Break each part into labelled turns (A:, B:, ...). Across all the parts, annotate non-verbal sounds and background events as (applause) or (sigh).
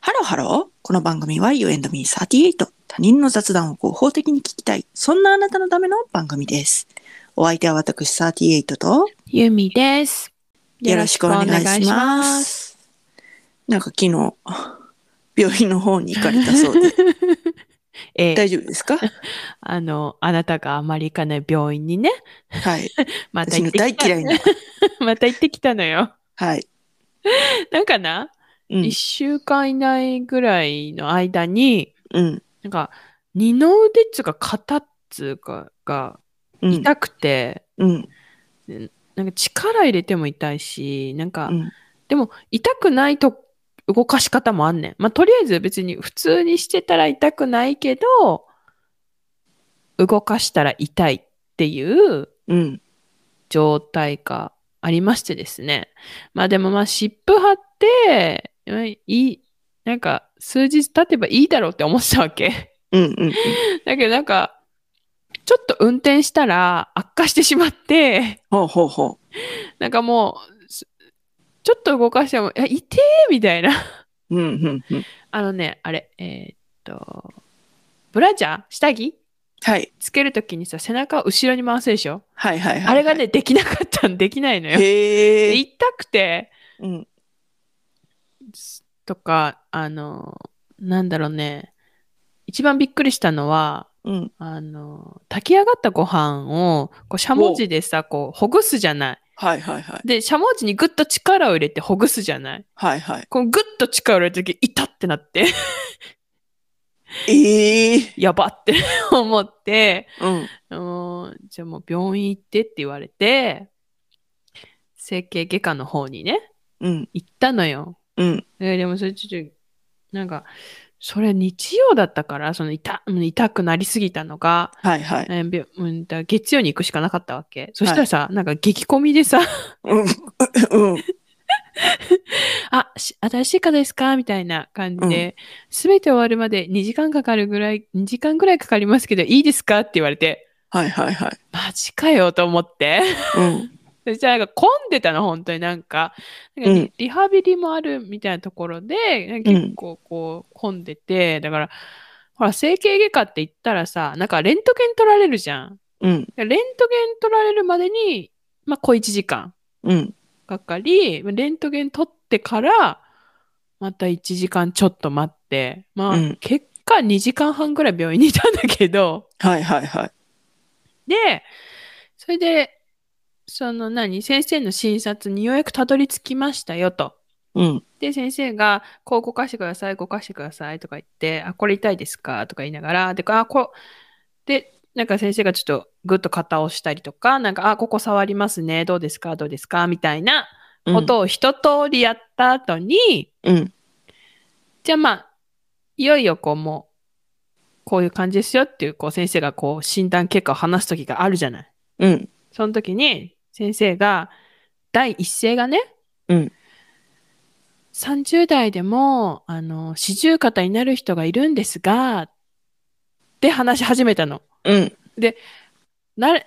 A: ハロー。この番組は You and Me38。他人の雑談を合法的に聞きたい。そんなあなたのための番組です。お相手は私38と、
B: ゆみです。
A: よろしくお願いします。なんか昨日、病院の方に行かれたそうで、 (laughs)
B: ええ
A: 大丈夫ですか
B: あの、あなたがあまり行かない病院にね、
A: (laughs) はい。
B: また
A: 私
B: 行
A: の
B: って
A: 大
B: きた、
A: 嫌いな。
B: (laughs) また行ってきたのよ。
A: はい。
B: なんかな、
A: うん
B: 一1。週間以内ぐらいの間に、
A: うん。
B: なんか、二の腕っつうか肩っつうかが
A: うん。
B: 痛くて、
A: うん。
B: なんか力入れても痛いし、なんか、
A: うん。
B: でも痛くないと動かし方もあんねん。まあ、とりあえず別に普通にしてたら痛くないけど、動かしたら痛いっていう
A: うん。
B: 状態がありましてですね。まあでもまあ湿布貼って、うんいい、なんか数日経てばいいだろうって思ってたわけ。 (laughs)
A: うん。うん。
B: だけどなんか、ちょっと運転したら悪化してしまって、
A: ほうほうほ
B: なんかもう、すちょっと動かしても、いや、痛えみたいな。
A: う。うん。うん。うん。
B: あのね、あれ、えーっと、ブラジャー下着
A: はい。
B: つけるときにさ、背中を後ろに回すでしょ、
A: はいはいはい。
B: あれが、ね、できなかったんできないの (laughs) よ。
A: へえ。
B: 痛くて、
A: うん。
B: すとか、あの、なんだろうね、一番びっくりしたのは、
A: うん。
B: あの、炊き上がったご飯を、こう、しゃもじでさ、こう、ほぐすじゃない。
A: はいはいはい。
B: で、しゃもじにぐっと力を入れてほぐすじゃない。
A: はいはい。
B: こう、ぐっと力を入れたとき、痛ってなって、 (laughs)
A: ええ。
B: やばって思って、
A: うん。
B: あのーじゃあもう病院行ってって言われて、整形外科の方にね、
A: うん。
B: 行ったのよ。
A: うん。
B: えでもそれちょっと、なんか、それ日曜だったから、その痛うん痛くなりすぎたのが、
A: はいはい。
B: えーびょうんだ月曜に行くしかなかったわけ。そしたらさ、なんか激込みでさ、
A: うん。うん。
B: あ、し新しい方ですかみたいな感じで、すべ、て終わるまで2時間かかるぐらい、2時間ぐらいかかりますけど、いいですかって言われて、
A: はいはいはい。
B: マジかよと思って。
A: うん。
B: そしたらなんか混んでたの、本当になんか。なんかリ
A: うん
B: リハビリもあるみたいなところで、結構こう混んでて、だから、ほら、整形外科って言ったらさ、なんかレントゲン取られるじゃん。
A: うん。
B: レントゲン取られるまでに、まあ、小1時間
A: うん。
B: かかり、レントゲン取ってから、また1時間ちょっと待って、まあ、
A: うん
B: 結果2時間半ぐらい病院にいたんだけど、
A: はいはいはい。
B: で、それで、その何、先生の診察にようやくたどり着きましたよと。
A: うん。
B: で、先生が、こう動かしてください、動かしてくださいとか言って、あ、これ痛いですかとか言いながら、で、あ、こう、で、なんか先生がちょっとグッと肩を押したりとか、なんか、あ、ここ触りますね、どうですかどうですかみたいな
A: うん
B: ことを一通りやった後に、
A: うん。
B: じゃあまあ、いよいよこうもう、こういう感じですよっていう、こう先生がこう診断結果を話す時があるじゃない。
A: うん。
B: その時に先生が第一声がね、
A: うん
B: 30代でもあの四十肩になる人がいるんですがって話し始めたの。
A: うん。
B: なれ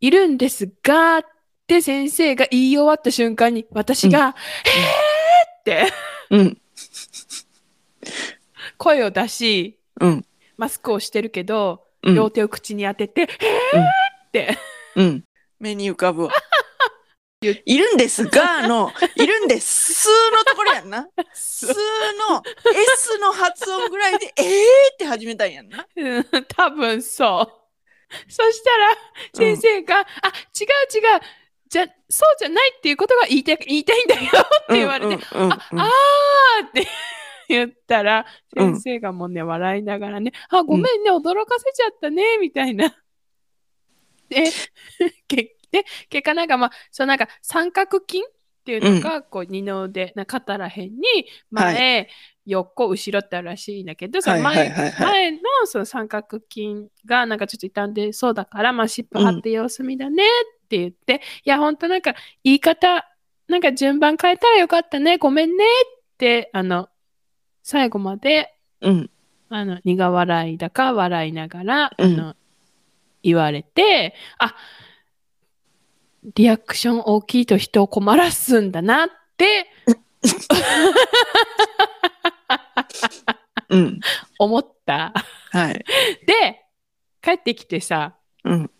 B: いるんですがって先生が言い終わった瞬間に私が「へーって
A: うん。
B: 声を出し
A: うん。
B: マスクをしてるけど
A: うん。
B: 両手を口に当てて「へーって
A: うん。目に浮かぶわ。 (laughs) いるんですがの、いるんですのところやんな。すの S の発音ぐらいで、えーって始めたんやんな。
B: うん多分そう。そしたら、先生が、あ、違う違う、じゃ、そうじゃないっていうことが言いたい、言いたいんだよって言われて、
A: うんうんうん
B: あ、あーって (laughs) 言ったら、
A: うん
B: 先生がもうね、笑いながらね、あ、ごめんね、驚かせちゃったね、みたいな。 (laughs) で、 (laughs) けで結果なんかまあ、そのなんか三角筋っていうのが、こう二の腕、な肩らへんに、前、横、後ろってあるらしいんだけど、そ
A: は
B: の
A: い
B: 前、
A: はいはいはい。
B: 前のその三角筋がなんかちょっと傷んでそうだから、まあ、シップ貼って様子見だねって言って、いや、ほんとなんか言い方、なんか順番変えたらよかったね、ごめんねって、あの、最後まで、
A: うん。
B: あの、苦笑いだか笑いながら、
A: うん
B: あの、言われて、あ、リアクション大きいと人を困らすんだなって、
A: うん。
B: 思った。 (laughs)
A: はい。
B: で、帰ってきてさ、
A: うん。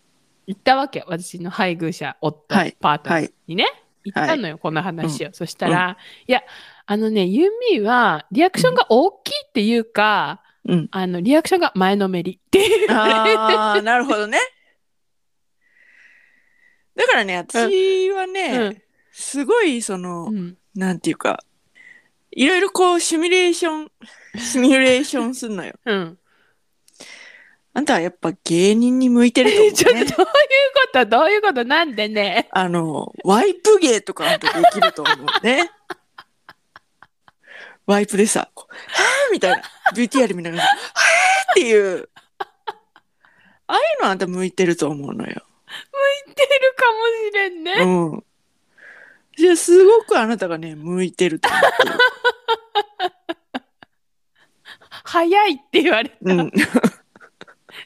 B: 行ったわけ。私の配偶者、夫、
A: はい
B: パートナ
A: は
B: ー
A: い。
B: にね。行ったのよ、この話を。そしたら、いや、あのね、ユミは、リアクションが大きいっていうか、
A: うん
B: あの、リアクションが前のめりっていう。
A: ああ、なるほどね。だからね、私はね、すごい、その、
B: うんうん
A: なんていうか、いろいろこう、シミュレーション、シミュレーションすんの
B: (laughs)
A: よ。
B: うん。
A: あんたはやっぱ芸人に向いてると思う、ね。
B: (laughs) ちょっとどういうことどういうことなんでね。
A: あの、ワイプ芸とかあんたできると思うね。ワイプでさ、こうはぁみたいな、VTR 見ながら、はぁっていう。ああいうのあんた向いてると思うのよ。
B: 出るかもしれんね。
A: うん。じゃあ、すごくあなたがね、向いてると思
B: 早いって言われた。
A: う。うん。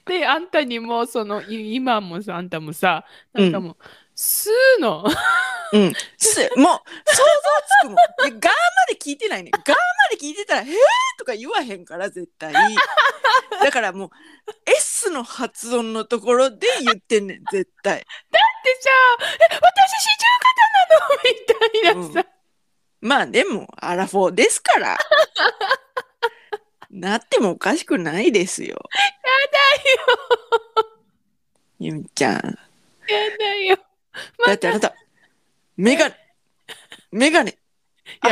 B: で、あんたにも、その、い今もさ、あんたもさ、なんかもう、すーの、 (laughs)
A: うん。すもう、想像つくもん。で、ガーまで聞いてないね。ガーまで聞いてたら、へーとか言わへんから、絶対。だからもう、S の発音のところで言ってんねん、絶対。
B: でさ、え、私四十肩なのみたいなさ、
A: まあでも、アラフォーですから。なってもおかしくないですよ。やだよ。ゆみちゃん。
B: やだよ。
A: (laughs) だってあなた、メガネ、メガネ。
B: い
A: い
B: や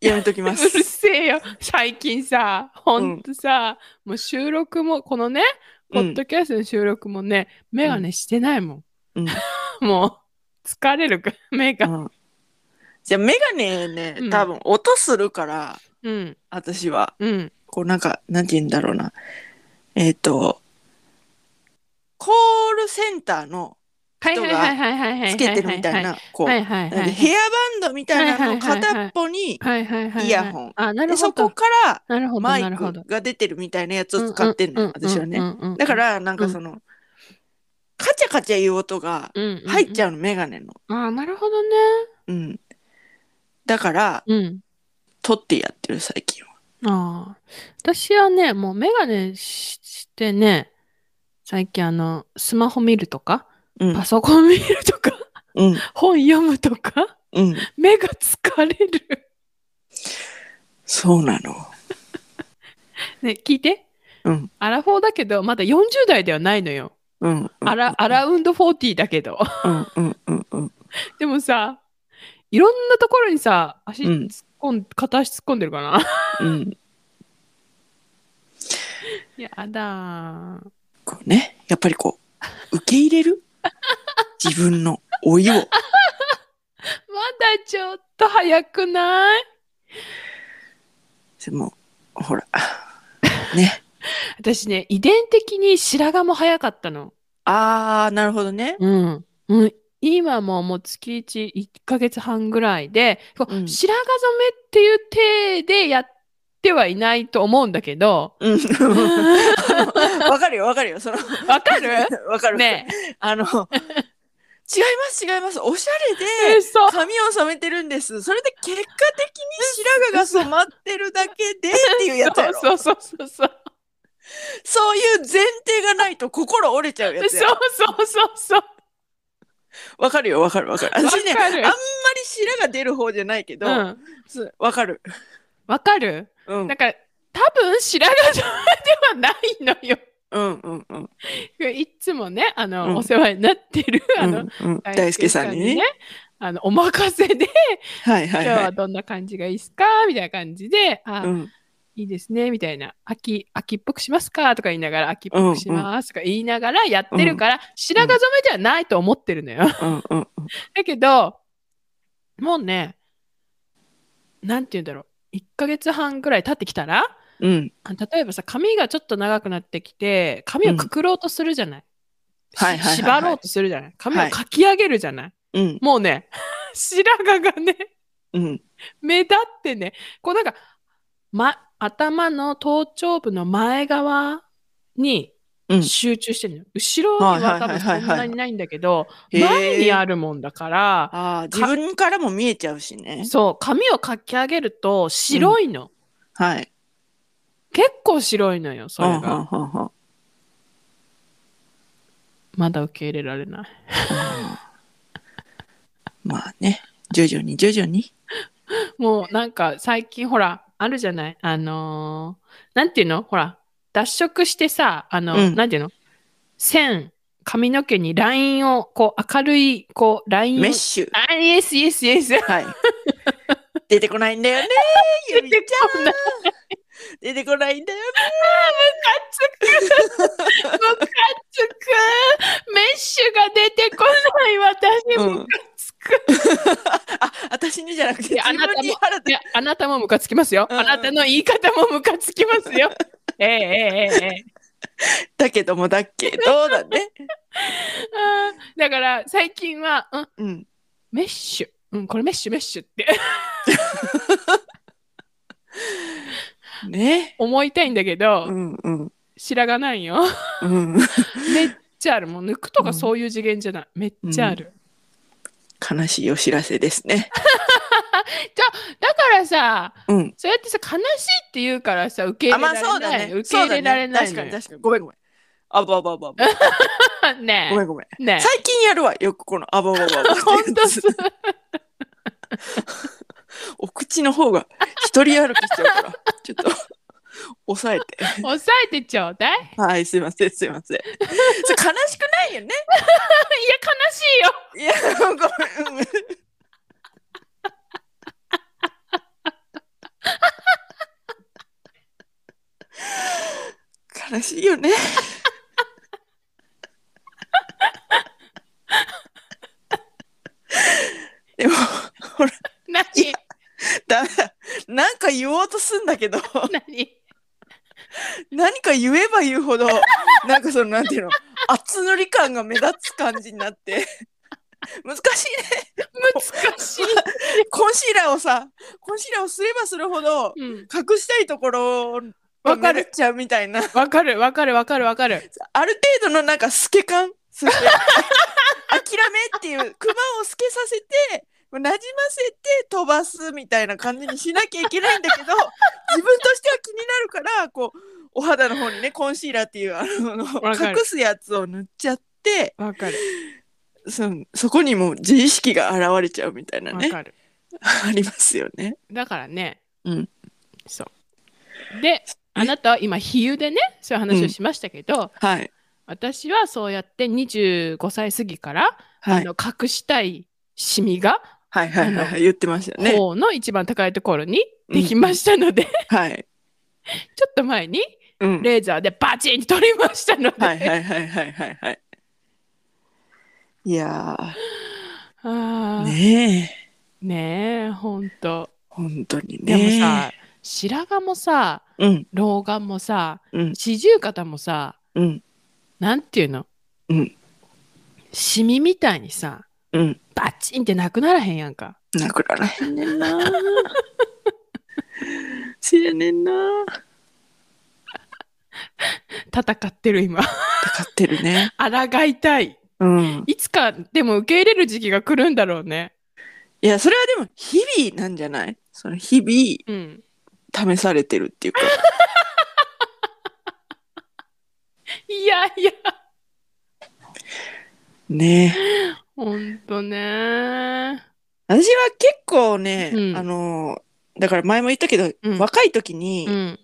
A: や、やめとき
B: う
A: ま
B: る
A: す。
B: せえよ。最近さ、ほんとさ、もう収録も、このね、ポッドキャストの収録もね、メガネしてないも
A: うん
B: ん。もう、疲れるから、目が。
A: うんじゃあ、メガネね
B: うん、
A: 多分音するから、
B: うん、
A: 私は、
B: うん。
A: こうなんか、なんて言うんだろうな。えっ、と、コールセンターの
B: はいはいはいはいはいはい。
A: つけてるみたい。な、こう、
B: はいはい
A: なん
B: は
A: で
B: い。
A: ヘアバンドみたいなのを片っぽに、
B: はいはいはい。
A: イヤホン
B: あ、なる
A: で
B: ほ
A: そ
B: ど
A: こ。から
B: なるほど、
A: マ
B: な
A: イ
B: るほど
A: ク。が出てるみたいなやつを使ってんの、私はね。
B: ね
A: だか、ら、なんかその、カチャカチャいう音が入っち
B: ゃ
A: ゃうの、メガネの。
B: うん。ああ、なるほどね。
A: うん。だから、
B: うん。
A: 撮ってやってる最近は。
B: ああ。私はね、もうメガネししてね、最近あの、スマホ見るとか、
A: うん
B: パ。ソコン見るとか、 (laughs)
A: うん。
B: 本読むとか、
A: うん。
B: 目が疲れる。 (laughs)
A: そうなの。
B: ね、聞いて。
A: うん。
B: アラフォーだけど、まだ40代ではないのよ。
A: うん。
B: アラ、アラウンド40だけど。 (laughs)
A: うん。うん。うん。うん。
B: でもさ、いろんなところにさ、足
A: うん
B: 突っ込ん、片足突っ込んでるかな。 (laughs)
A: うん。
B: やだー。
A: こうね、やっぱりこう、受け入れる自分の老いを。
B: まだちょっと早くない
A: でも、ほら。ね。
B: 私ね、遺伝的に白髪も早かったの。
A: あー、なるほどね。
B: うん。うん、今ももう月1、1ヶ月半ぐらいで、こう
A: うん
B: 白髪染めっていう体でやってはいないと思うんだ
A: (laughs)
B: けど、
A: うん。あのわかるよ、わかるよ。その、
B: わかる
A: (laughs) わかる。
B: ね
A: あ (laughs) の、違います、違います。おしゃれ
B: え。
A: で、
B: そう。
A: 髪を染めてるんです。それで結果的に白髪が染まってるだけでっていうやつやろ。
B: そうそうそうそう。
A: そういう前提がないと心折れちゃうや
B: そう
A: つや。
B: そうそうそう。
A: わかるよ、わかるわかる。
B: わ
A: 私ね、あんま
B: か
A: り
B: る。
A: 白が出る方じゃないけど、
B: うん。
A: そうわかる。
B: わかる
A: うん
B: だ。から、多分白髪染めではないのよ。 (laughs)
A: うんうんうん。
B: いつもね、あの、
A: うん
B: お世話になってる、あの、
A: うんうん大輔さんにね。。
B: あの、お任せで、
A: はいは
B: 今
A: い
B: 日
A: は。
B: はいどんな感じがいいっすかみたいな感じで、あ、
A: うん
B: いいですね、みたいな。秋、秋っぽくしますかとか言いながら、秋っぽくしますとか言いながらやってるから、白髪染めではないと思ってる (laughs) のよ。
A: うんうん
B: だけど、もうね、なんて言うんだろう。1ヶ月半ぐらい経ってきたら、
A: うん。
B: あ例えばさ髪がちょっと長くなってきて髪をくくろうとするじゃない,し、
A: はいはいはいはい
B: 縛ろうとするじゃない髪を
A: はい
B: かき上げるじゃない、
A: うん
B: もうね (laughs) 白髪がね
A: うん
B: 目立ってねこうなんか、ま、頭の頭頂部の前側に
A: うん
B: 集中してるのよ、後ろには多分そんなにないんだけど
A: はいはいはいはいへ
B: 前
A: ー
B: にあるもんだから
A: ああ、自分からも見えちゃうしね。
B: そう髪をかき上げると白いの、
A: はい。
B: 結構白いのよ、それ
A: うんうん
B: が。
A: うんうん
B: まだ受け入れられない。
A: まあね、徐々に徐々に。
B: もうなんか最近ほら、あるじゃないあのーなんていうのほら、脱色してさ、あの、
A: うん
B: なんていうの線、髪の毛にラインを、こう明るい、こうラインを。
A: メッシュ。
B: あ、イエスイエスイエス。
A: はい。出てこないんだ
B: (laughs)
A: よね、ゆみちゃん。出てこないんだよね。
B: ムカつくメッシュが出てこない私
A: うん
B: ムカつく、
A: (laughs) あ、私にじゃなくて、
B: いや
A: 自分に腹立
B: いやあなたもムカつきますよ、
A: うん
B: あなたの言い方もムカつきます
A: (laughs)
B: よええええええ
A: だけどもだけどだね。
B: あーだから最近は、うん、
A: うん。
B: メッシュ、うん、これメッシュメッシュって
A: ね。
B: 思いたいんだけど、
A: うんうん。
B: 白髪な
A: (laughs)
B: いよ
A: うん。
B: めっちゃあるもう抜くと
A: う
B: か
A: ん
B: そういう次元じゃない、めっちゃある、
A: 悲しいお知らせですね。
B: だからさ
A: うん。
B: そうやってさ悲しいって言うからさ受け入
A: あ、ま
B: れら
A: あ
B: れ
A: そう
B: な
A: だ
B: い、
A: ね。
B: 受け入れられない
A: そう
B: の
A: だね確
B: よ
A: かに確かに。ごめんごめん。あばあばあばあば。
B: ねえ
A: ごめんごめん。
B: ねえ
A: 最近やるわ、よくこのあばあばあばあば。
B: (laughs) 本当す
A: お口の方が一人歩きしちゃう (laughs) から、ちょっと抑えて。
B: 抑えてちょうだい。いや、
A: はい、すいません、すいま (laughs) せん。それ悲しくないよね。
B: 悲し
A: い
B: いよ。
A: や、ごめんうん。悲しいよね。でも、ほら、
B: 何
A: ダメだ。なんか言おうとすんだけど。
B: 何
A: 何か言えば言うほど (laughs) なんかそのなんていうの厚塗り感が目立つ感じになって (laughs) 難しいね
B: 難し
A: (laughs)
B: い。
A: コンシーラーをさコンシーラーをすればするほど
B: うん
A: 隠したいところ
B: わかる
A: っちゃうみたいな
B: わかるわかるわかるわかる。
A: ある程度のなんか透け感そ (laughs) して諦めっていうクマを透けさせてなじませて飛ばすみたいな感じにしなきゃいけないんだ
B: (laughs)
A: けど自分としては気になるからこうお肌の方にねコンシーラーっていうあの
B: わかる
A: 隠すやつを塗っちゃって
B: わかる
A: そのそこにもう自意識が現れちゃうみたいな
B: わ
A: ね
B: かる。
A: ありますよね。
B: だからね。
A: うん。
B: そう。で、あなたは今、比喩でね、そういう話をしましたけど、
A: はい、
B: 私はそうやって25歳過ぎから、
A: は
B: あ
A: い、
B: の隠したいシミが、
A: はいはいはいはい言ってましたね。
B: 頬の一番高いところにできましたので、 (laughs)
A: はい、
B: ちょっと前に
A: うん、
B: レーザーでバチンと取りましたので、
A: はいはいはいはいはいはい。いやー。
B: あー
A: ねえ
B: ねえほんと
A: 本当に
B: で
A: ね
B: もさ、白髪もさ
A: うん
B: 老眼もさ
A: うん
B: 四十肩もさ
A: うん
B: なんていうの、
A: うん、
B: シミみたいにさ
A: うん
B: バチンってなくならへんやんか。
A: なくならへんね (laughs) んなせやねんな
B: 戦ってる今 (laughs)
A: 戦ってるね
B: 抗いたい
A: うん
B: いつかでも受け入れる時期が来るんだろうね。
A: いやそれはでも日々なんじゃないその日
B: うん、
A: 々試されてるっていうか
B: いやいや
A: ねえ
B: ほんとね。
A: 私は結構ね、
B: うん
A: あのだから前も言ったけど、
B: うん
A: 若い時に
B: うん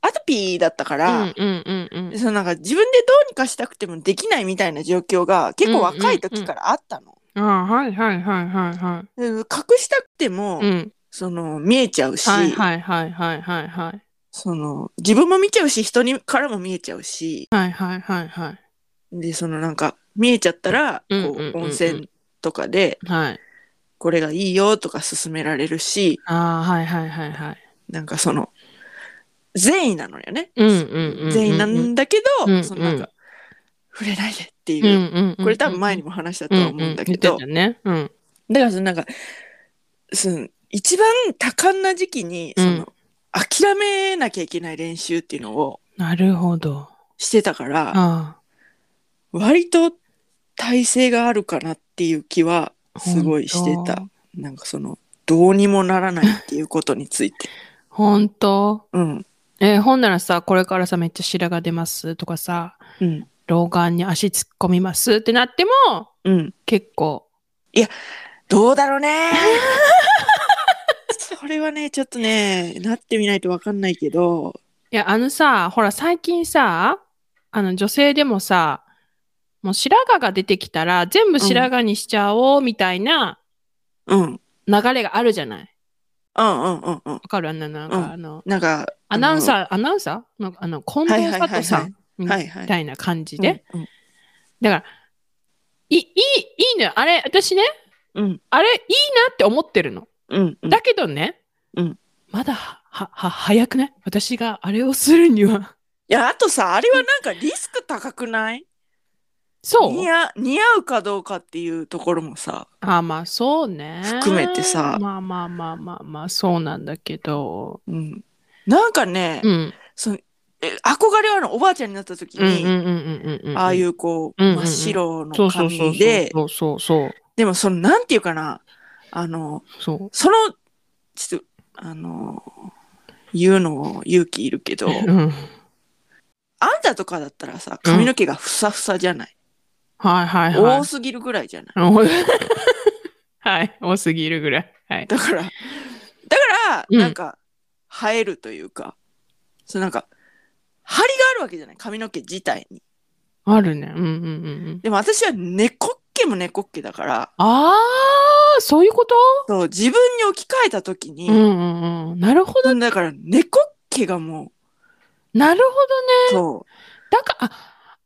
A: アトピーだったか
B: う
A: ら、
B: んうんうんうん
A: そのなんか自分でどうにかしたくてもできないみたいな状況が結構若い時からあったの。
B: あーはいはいはいはいは
A: で隠したくても、
B: い。うん
A: その見えちゃうし、
B: はいはいはいはいはいはい
A: その自分も見ちゃうし人にからも見えちゃうし
B: はいはいはいはい
A: でそのなんか見えちゃったらこう、
B: うんうんうんうん
A: 温泉とかで
B: はい。
A: これがいいよとか勧められるし
B: ああはいはいはいはい。
A: なんかその善意なのよね、
B: うんうんうんうん
A: 善意なんだけど、
B: うんうん
A: そのなんか触れないでっていうう、
B: んうんうん、
A: これ多分前に
B: も
A: も話したとは思うんだけど、
B: うんうん言ってたね
A: だからそのなんかその一番多感な時期にその、
B: うん
A: 諦めなきゃいけない練習っていうのを
B: うん、なるほど。
A: してたから。
B: あ
A: 割と体勢があるかなっていう気は
B: あ
A: すごいしてた。
B: (laughs)
A: なんかそのどうにもならないっていうことについて。
B: 本当
A: うん。
B: えーほんならさ、これからさ、めっちゃ白髪出ますとかさ、
A: うん。
B: 老眼に足突っ込みますってなっても、
A: うん。
B: 結構、
A: どうだろうね。
B: (laughs)
A: それはね、ちょっとね、なってみないとわかんないけど。
B: いや、あのさ、ほら、最近さ、あの、女性でもさ、もう白髪が出てきたら、全部白髪にしちゃおう、みたいな
A: うん。うん
B: 流れがあるじゃない。わ
A: うんうんうん。
B: かるあの、なん
A: うん
B: か、あの、
A: なんか、
B: アナウンサー、アナウンサーの、あの、近藤佐藤さん、み
A: はいはい
B: たいな感じ
A: ー
B: で。、
A: うん
B: だから、いい、いい、いいのよ。あれ、私ね、
A: うん
B: あれ、いいなって思ってるの。
A: うんうん。
B: だけどね、
A: うん
B: まだは、は、は、早くない私があれをするには。
A: いや、あとさ、あれはなんかリスク高くない
B: そう
A: 似合似合うかどうかっていうところもさ。
B: あまあそうね。
A: 含めてさ
B: まあまあまあまあまあ、そうなんだけど。
A: うん。なんかね、
B: うん。
A: そのえ憧れはあるのおばあちゃんになった時
B: うんうん
A: に、
B: うんうんうんうん。。
A: ああいううこう、
B: うんうんう
A: 真
B: ん
A: っ白
B: そ
A: の
B: うそうそ
A: 髪
B: うそう
A: で、
B: そうそうそう。
A: でもその、なんていうかな、あの、
B: そう。
A: その、ちょっと、あの、言うのも勇気いるけ
B: (laughs)
A: ど、
B: うん。はい
A: あんたとかだったらさ、髪の毛がふさふさじゃない。
B: はいは
A: 多
B: い。
A: すぎるぐらいじゃない。
B: (laughs) はい。多すぎるぐらい。はい。
A: だから、だから、
B: うん
A: なんか、生えるというか、そうなんか、張りがあるわけじゃない、髪の毛自体に。
B: あるね。うんうんうんうん。
A: でも私は猫っ毛も猫っ毛だから、
B: ああ、そういうこと
A: そう自分に置き換えた時に、
B: うんうんうん。なるほど。
A: だから猫っ毛がも
B: なるほどね。
A: う、そ
B: だから、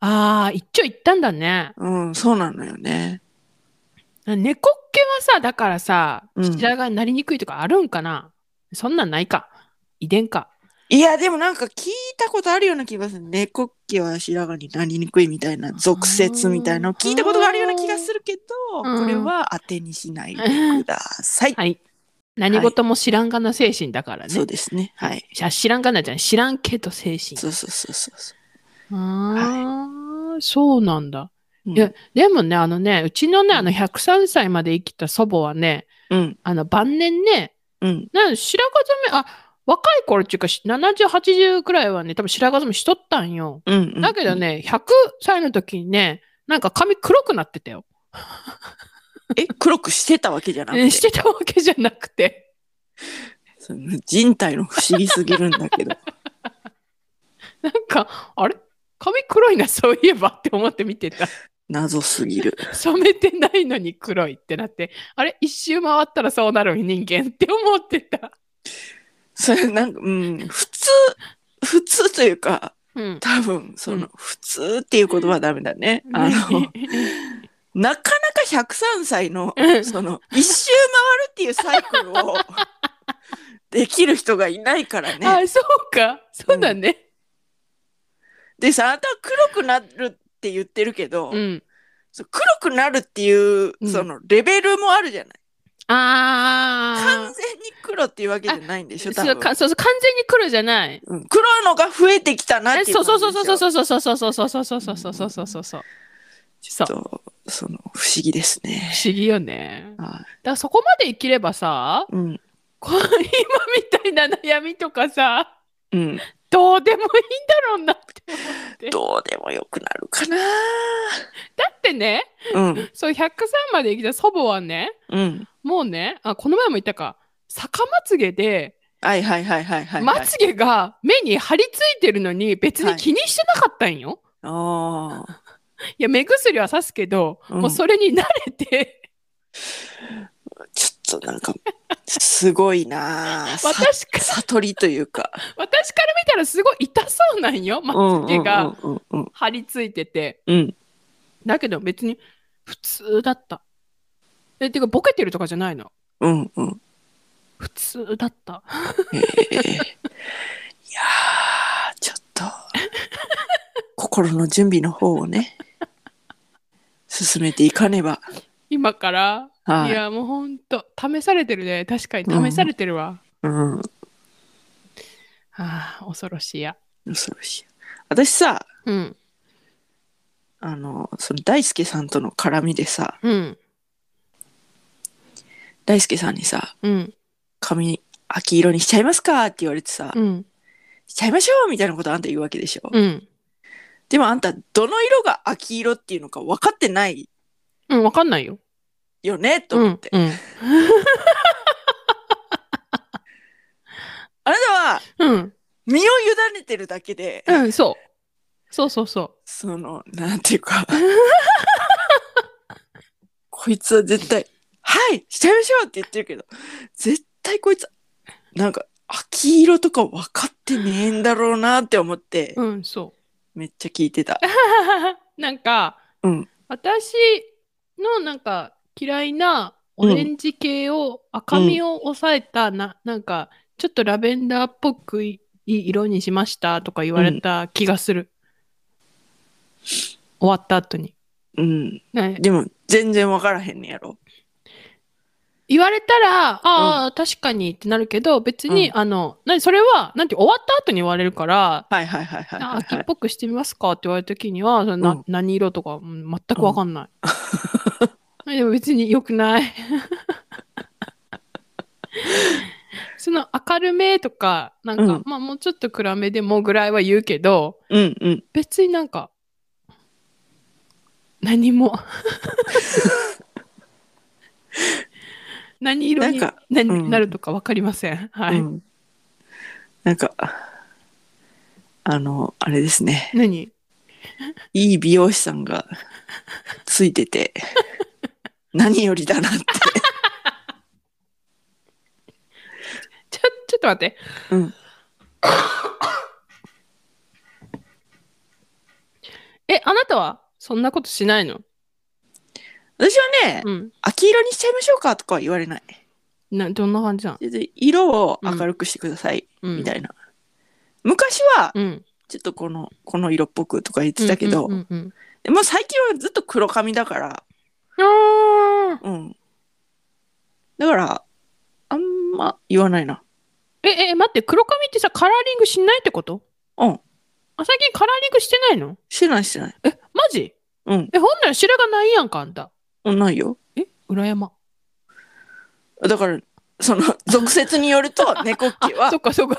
B: ああー、一丁行ったんだね。
A: う、うん、そうなのよね。
B: 猫っ毛はさ、だからさ、
A: うん
B: 白髪になりにくいとかあるんかな、そんなんないか。遺伝か。
A: いや、でもなんか聞いたことあるような気がする。猫っ毛は白髪になりにくいみたいな、俗説みたいなのを聞いたことがあるような気がするけど、
B: う
A: こ
B: ん
A: れは当てにしないでください。
B: はい。何事も知らんがな精神だからね。
A: そうですね。はい。
B: しゃ知らんがなじゃない知らんけど精神。
A: そうそうそうそうそ
B: あーそうなんだ。
A: う。うん
B: いや、でもね、あのね、うちのね、あの、103歳まで生きた祖母はね、
A: うん、
B: あの、晩年ね、
A: うん。
B: なん白髪染め、あ、若い頃っていうか、し70、80くらいはね、多分白髪染めしとったんよ。
A: うんうん、
B: だけどね、100歳の時にね、なんか髪黒くなってたよ。
A: え黒くしてたわけじゃなく
B: え
A: て
B: してたわけじゃなくて。
A: その人体の不思議すぎるんだけど
B: なんか、あれ髪黒いな、そういえばって思って見てた。
A: 謎すぎる
B: 染めてないのに黒いってなって、あれ一周回ったらそうなる人間って思ってた。
A: それなんかうん普通普通というか
B: うん。
A: 多分そうの普通っていう言葉はダメだねあのなかなか103歳の
B: うん
A: その一周回るっていうサイクルをできる人がいないからね
B: (laughs) あ、そうか。そうだね。
A: でさあなたは黒くなるって言ってるけど、
B: うん。
A: そう黒くなるっていう
B: うん
A: そのレベルもあるじゃない、完
B: あ
A: 全に黒っていうわけじゃないんで
B: ー
A: しょ
B: そう
A: 多
B: か
A: 分、
B: そうそう、完全に黒じゃない。
A: うん、黒のが増えてきたなっ
B: え
A: ていう
B: そうそうそうそう
A: う
B: そうそうそうそうそうそうそうそうそうそうそうそう。
A: ちょっとその不思議ですね
B: 不思議よね。だか
A: は
B: らそこまで生きればさ、
A: いうん
B: こう今みたいな悩みとかさ、
A: うん
B: どうでもいいんだろうなって思って。だ
A: どうでもよくなるかな
B: ってね、
A: うん
B: そう100歳まで生きた祖母はね、
A: うん
B: もうね、あ、この前も言ったか、逆まつげで、
A: はいはいはいはいはい、は
B: ま
A: い、
B: つげが目に張り付いてるのに別に気にしてなかったんよ。
A: ああ
B: い、や、目薬はさすけど、
A: うん
B: もうそれに慣れて、 (laughs)
A: ちょっとなんかすごいなあさ
B: 私か、
A: 悟りというか
B: 私から見たらすごい痛そうなんよ、まつげが。
A: うんうんうん
B: 張り付いてて。
A: うんうん
B: だけど別に普通だった。え、てかボケてるとかじゃないの。
A: うんうん
B: 普通だった。
A: ええいやあちょっと心の準備の方をね進めていかねば
B: 今から、、
A: はいい、
B: やもうほんと、試されてるね。確かに試されてるわ。
A: うん、
B: ああ、恐ろしいや。
A: 恐ろしい私さ
B: うん、
A: あのその大輔さんとの絡みでさ
B: うん、
A: 大輔さんにさ
B: うん、
A: 髪秋色にしちゃいますかって言われてさ、
B: うん。
A: しちゃいましょうみたいなことあんた言うわけでしょ。
B: うん。
A: でもあんた、どの色が秋色っていうのか分かってない
B: うん、わかんないよ。
A: よねと思って。
B: うん。
A: あなたは、
B: うん。
A: 身を委ねてるだけで、
B: うん、うんそう。そうそうそ
A: その、なんていうか。 (laughs) こいつは絶対、はいしちゃいましょうって言ってるけど、絶対こいつ、なんか、秋色とか分かってねえんだろうなって思って、
B: う。うん、そう。
A: めっちゃ聞いてた。
B: (laughs) なんか、
A: うん
B: 私のなんか嫌いなオレンジ系を、赤みを抑えたななんかちょっとラベンダーっぽくいいい色にしましたとか言われた気がする、終わった後に、
A: うん。
B: ね、
A: でも、全然分からへんねやろ。
B: 言われたらああ、確かにってなるけど別に、
A: う
B: あのなそれはなんて終わった後に言われるから
A: はいはいはいはい、
B: あ
A: はい
B: 秋
A: は
B: っ
A: い。
B: ぽくしてみますかって言われた時にはそのな、
A: うん
B: 何色とかうん全くわかんない。 (laughs) でも別に良くない。
A: (laughs)
B: その明るめとかなんか、
A: うん
B: まあもうちょっと暗めでもぐらいは言うけど
A: うんうん。
B: 別になんか
A: (laughs)
B: 何も何色に
A: なん
B: な
A: かうん
B: なるとかわかりません。はい。
A: うんなんか、あの、あれですね。
B: 何
A: いい美容師さんがついて (laughs) て、何よりだなって。
B: ちょ、ちょっと待って。
A: うん。
B: え、あなたはそんなことしないの
A: 私はね、
B: うん。
A: 秋色にしちゃいましょうかとかは言われない。
B: な、どんな感じなの
A: 全然色を明るくしてください、
B: うん。
A: みた
B: い
A: いな。昔は、
B: な。うん。
A: ちょっとこの、この色っぽくとか言ってたけど、
B: うんうんうん
A: でも最近はずっと黒髪だから、
B: うんあー
A: うん。だから、あんま言わないな。
B: え、え、待って、黒髪ってさ、カラーリングしないってこと
A: うん。
B: あ、最近カラーリングしてないの
A: してないしてない。
B: え、マジ
A: うん。
B: え、ほんなら白がないやんか、あんた。
A: うんないよ。
B: え、裏山。
A: だから、そ
B: (laughs)
A: の、俗説によると、猫っ毛は、
B: そっかそっか。 (laughs)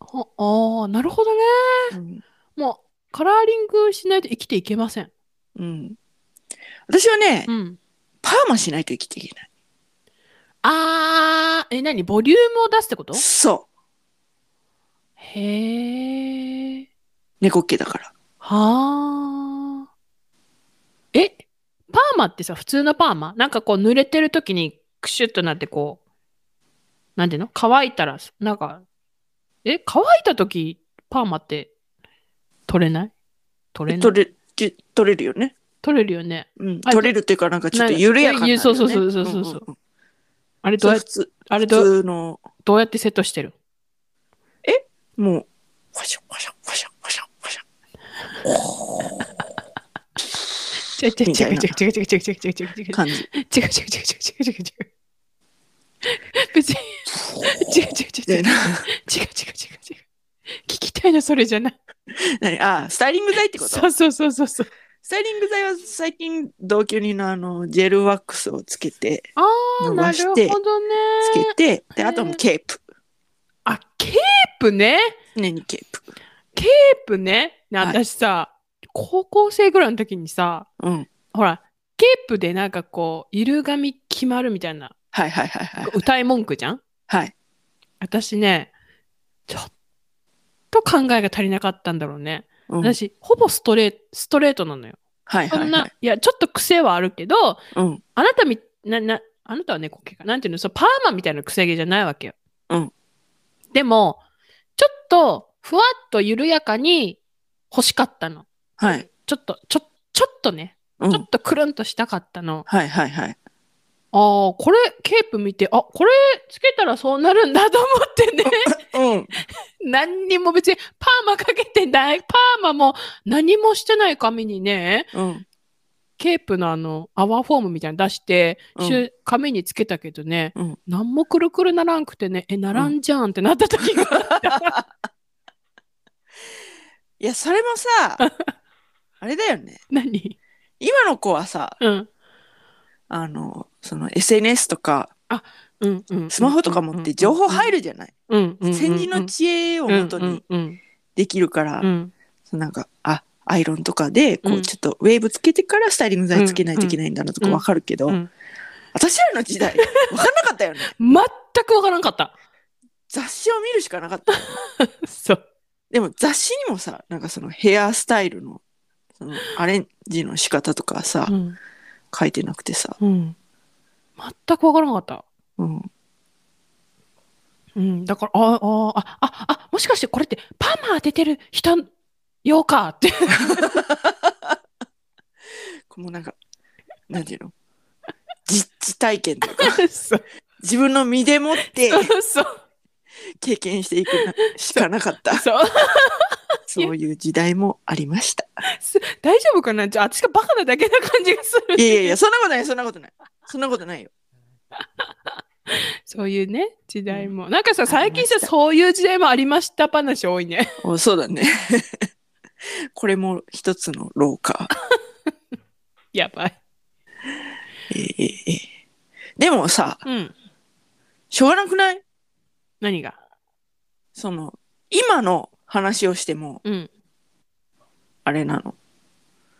B: ああー、なるほどね。
A: うん
B: もう、カラーリングしないと生きていけません。
A: うんうん私はね、
B: うん。
A: パーマしないと生きていけない。
B: あー、え、何ボリュームを出すってこと
A: そ
B: へー。
A: う。猫っ毛だから。
B: はあ。え、パーマってさ、普通のパーマなんかこう濡れてる時にクシュッとなってこう、なんていうの乾いたら、なんか、え、乾いた時パーマって取れない取れない
A: 取れ、ち取れるよね。
B: 取れるよね。
A: うん。
B: あ
A: 取れるっていうか、なんかちょっと
B: なんか
A: 緩やかなるよね。
B: そうそうそうそうそうそうん
A: んん
B: あれ
A: そ
B: ど
A: うう
B: や
A: 普、通、
B: あ
A: 普
B: れどう
A: 通の、
B: どうやってセットしてる
A: もう、ワシャワシャワシャワシャワシャ。みたいな
B: 違う違う違う違う違う違う違う違う違う違う違う
A: 感じ。
B: 違う違う違う違う違う違う違う別に違う違う違う違う違う違う違う違
A: でな
B: う違う聞きたいのそれじゃない
A: 何あ、スタイリング剤ってこと
B: そうそうそうそうそう
A: スタイリング剤は最近、同居人のあの、ジェルワックスをつけて、
B: あー
A: 伸
B: な
A: ば
B: る
A: し
B: ほ
A: て
B: どね
A: つけて、で、あとはもうケープ。
B: あケープね
A: 常にケープ。
B: ケープねね
A: はい
B: 私さ、高校生ぐらいの時にさ
A: うん。
B: ほらケープでなんかこう「ゆるがみ決まる」みたいな
A: はいはいはいはい。
B: 歌い文句じゃん
A: はい。
B: 私ねちょっと考えが足りなかったんだろうね、
A: うん、はい
B: 私ほぼストレートストレートなのよ
A: はい
B: そ
A: はい。
B: んな、いや、ちょっと癖はあるけど、
A: うん。
B: あなたみ、な、な、あなたは猫毛か。なんていうの、そう、パーマみたいな癖毛じゃないわけよ。
A: うん。
B: でも、ちょっと、ふわっと緩やかに欲しかったの。
A: はい。
B: ちょっと、ちょ、ちょっとね、
A: う
B: ちょ
A: ん
B: っ。とくるんとしたかったの。
A: はいはいはい。
B: ああ、これ、ケープ見て、あ、これつけたらそうなるんだと思っ
A: (laughs)
B: てね。
A: うん。
B: 何にも別に、パーマかけてない。パーマも何もしてない髪にね、
A: うん。
B: ケープのあの、アワーフォームみたいなの出して、
A: うん
B: しゅ紙につけたけどね、
A: うん
B: 何もくるくるならんくてね、え、ならんじゃんってなった時が、
A: いや、それもさ、あれだよね。
B: (laughs) 何
A: 今の子はさ、
B: うん。
A: あの、その SNS とか、
B: あうんうん
A: スマホとか持って情報入るじゃない。
B: うんうんうん
A: 先人の知恵をもとに
B: うんうん
A: できるから、
B: うんうん
A: そのなんか、あ、アイロンとかで、こ
B: う
A: うんちょっとウェーブつけてからスタイリング剤つけないといけないんだなとかわかるけど、
B: うん
A: 私らの時代、わかんなかったよね。 (laughs)
B: 全くわからんかった。
A: 雑誌を見るしかなかった。
B: そう。
A: でも雑誌にもさ、なんかそのヘアスタイルの、そのアレンジの仕方とかさ
B: う、ん
A: 書いてなくてさ、
B: うん全くわからんかった。
A: うん。
B: うん、だから、ああ、あ、あ、あ、もしかしてこれってパーマ当ててる人用
A: (laughs)
B: かって。
A: もうなんか、なんていうの実地体験というか、
B: そう。
A: 自分の身でもって
B: そう。
A: 経験していくなしかなかった。
B: (laughs) そう。
A: そういう時代もありま
B: (laughs)
A: した。
B: 大丈夫かなちょ、あっちがバカなだけな感じがす
A: い
B: る。
A: やいやいや、そんなことない、そんなことない。そんなことないよ。
B: そういうね、時代も。なんかさ、最近さ、そういう時代もありました話多いね。 (laughs)
A: おそうだね。 (laughs) これも一つの廊下。
B: やばい。
A: えーえーえーでもさ、
B: うん。
A: しょうがなくない
B: 何が
A: その、今の話をしても、
B: うん。
A: あれなの。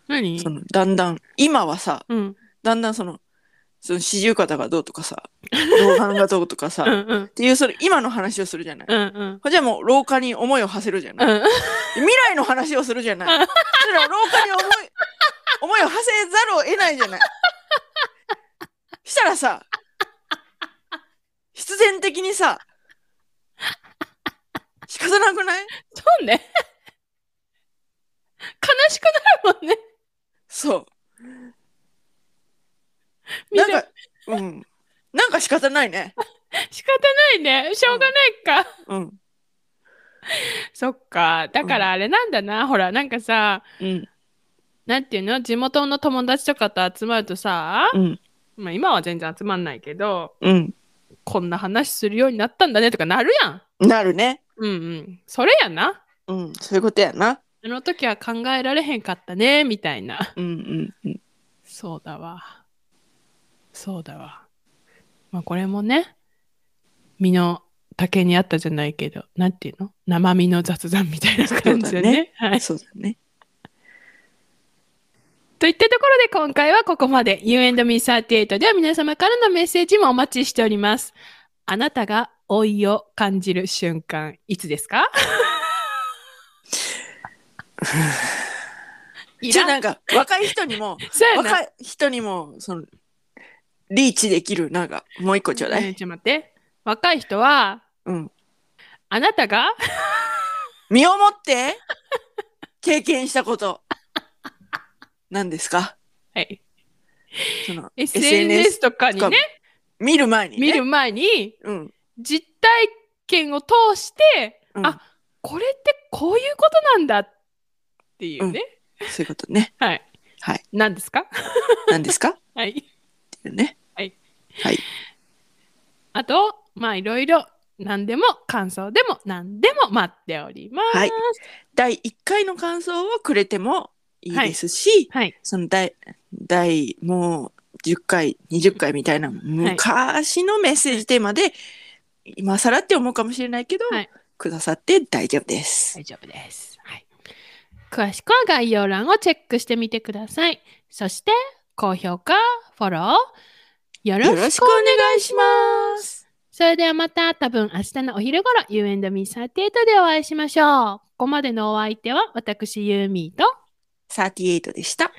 B: 何
A: その、だんだん、今はさ、
B: うん。
A: だんだんその、その四十肩がどうとかさ、老眼がどうとかさ、
B: うん
A: っ
B: うん。
A: ていう、それ、今の話をするじゃない。
B: うんうん。
A: これじゃあもう、老化に思いを馳せるじゃない。
B: うん。
A: 未来の話をするじゃない。そしたら廊下 (laughs) に思い、思いを馳せざるを得ないじゃない。したらさ、必然的にさ、仕方なくない
B: そうね。悲しくなるもんね。
A: そう。
B: み
A: なん
B: んな
A: か、うん。なんか仕方ないね。
B: 仕方ないね。しょうがないか。
A: うん。
B: そっか。だからあれなんだな。ほら、なんかさ、
A: うん。
B: なんていうの地元の友達とかと集まるとさ、
A: うん。
B: まあ今は全然集まんないけど、
A: うん。
B: こんな話するようになったんだねとかなるやん。
A: なるね。
B: うんうん。それやな。
A: うん。そういうことやな。
B: あの時は考えられへんかったね、みたいな。
A: うんうんうん。
B: そうだわ。そうだわ。まあこれもね、身の丈にあったじゃないけど、なんていうの生身の雑談みたいな感じ
A: そう
B: でね。
A: だね
B: はい。
A: そうだね。
B: といったところで今回はここまで You and me38 では皆様からのメッセージもお待ちしております。あなたが老いを感じる瞬間、いつですかい
A: じゃ
B: らん
A: なんか、若 (laughs) い人にも、
B: (laughs) そうやな。
A: 若い人にもそのリーチできるなんかもう一個ちょうだい、
B: ねちょっと待って。若い人は、
A: うん、
B: あなたが
A: 身をもって経験したことなんですか
B: はい
A: その
B: SNS とかにね、
A: 見る前に、ね、
B: 見る前に、
A: うん、
B: 実体験を通して、
A: うん
B: あこれってこういうことなんだっていうね。
A: そういうことね
B: はい。
A: はい。
B: 何ですか
A: 何ですかっ
B: はい。
A: ていうね
B: あと、まあ、いろいろ、何でも、感想でも、何でも待っております。
A: はい。第1回の感想をくれてもいいですし、
B: はい。
A: その第第もう10回20回みたいな昔のメッセージテーマで、今更って思うかもしれないけど、
B: はい
A: くださって大丈夫です。
B: 大丈夫です。はい。詳しくは概要欄をチェックしてみてください。そして、高評価、フォロー、
A: よ
B: よろ
A: ろ
B: し
A: し
B: く
A: くお
B: お願
A: 願
B: い
A: い
B: し
A: し
B: ま。
A: ますす。
B: それではまた多分明日のお昼頃 You and me38 でお会いしましょう。ここまでのお相手は私ユーミーと
A: 38でした。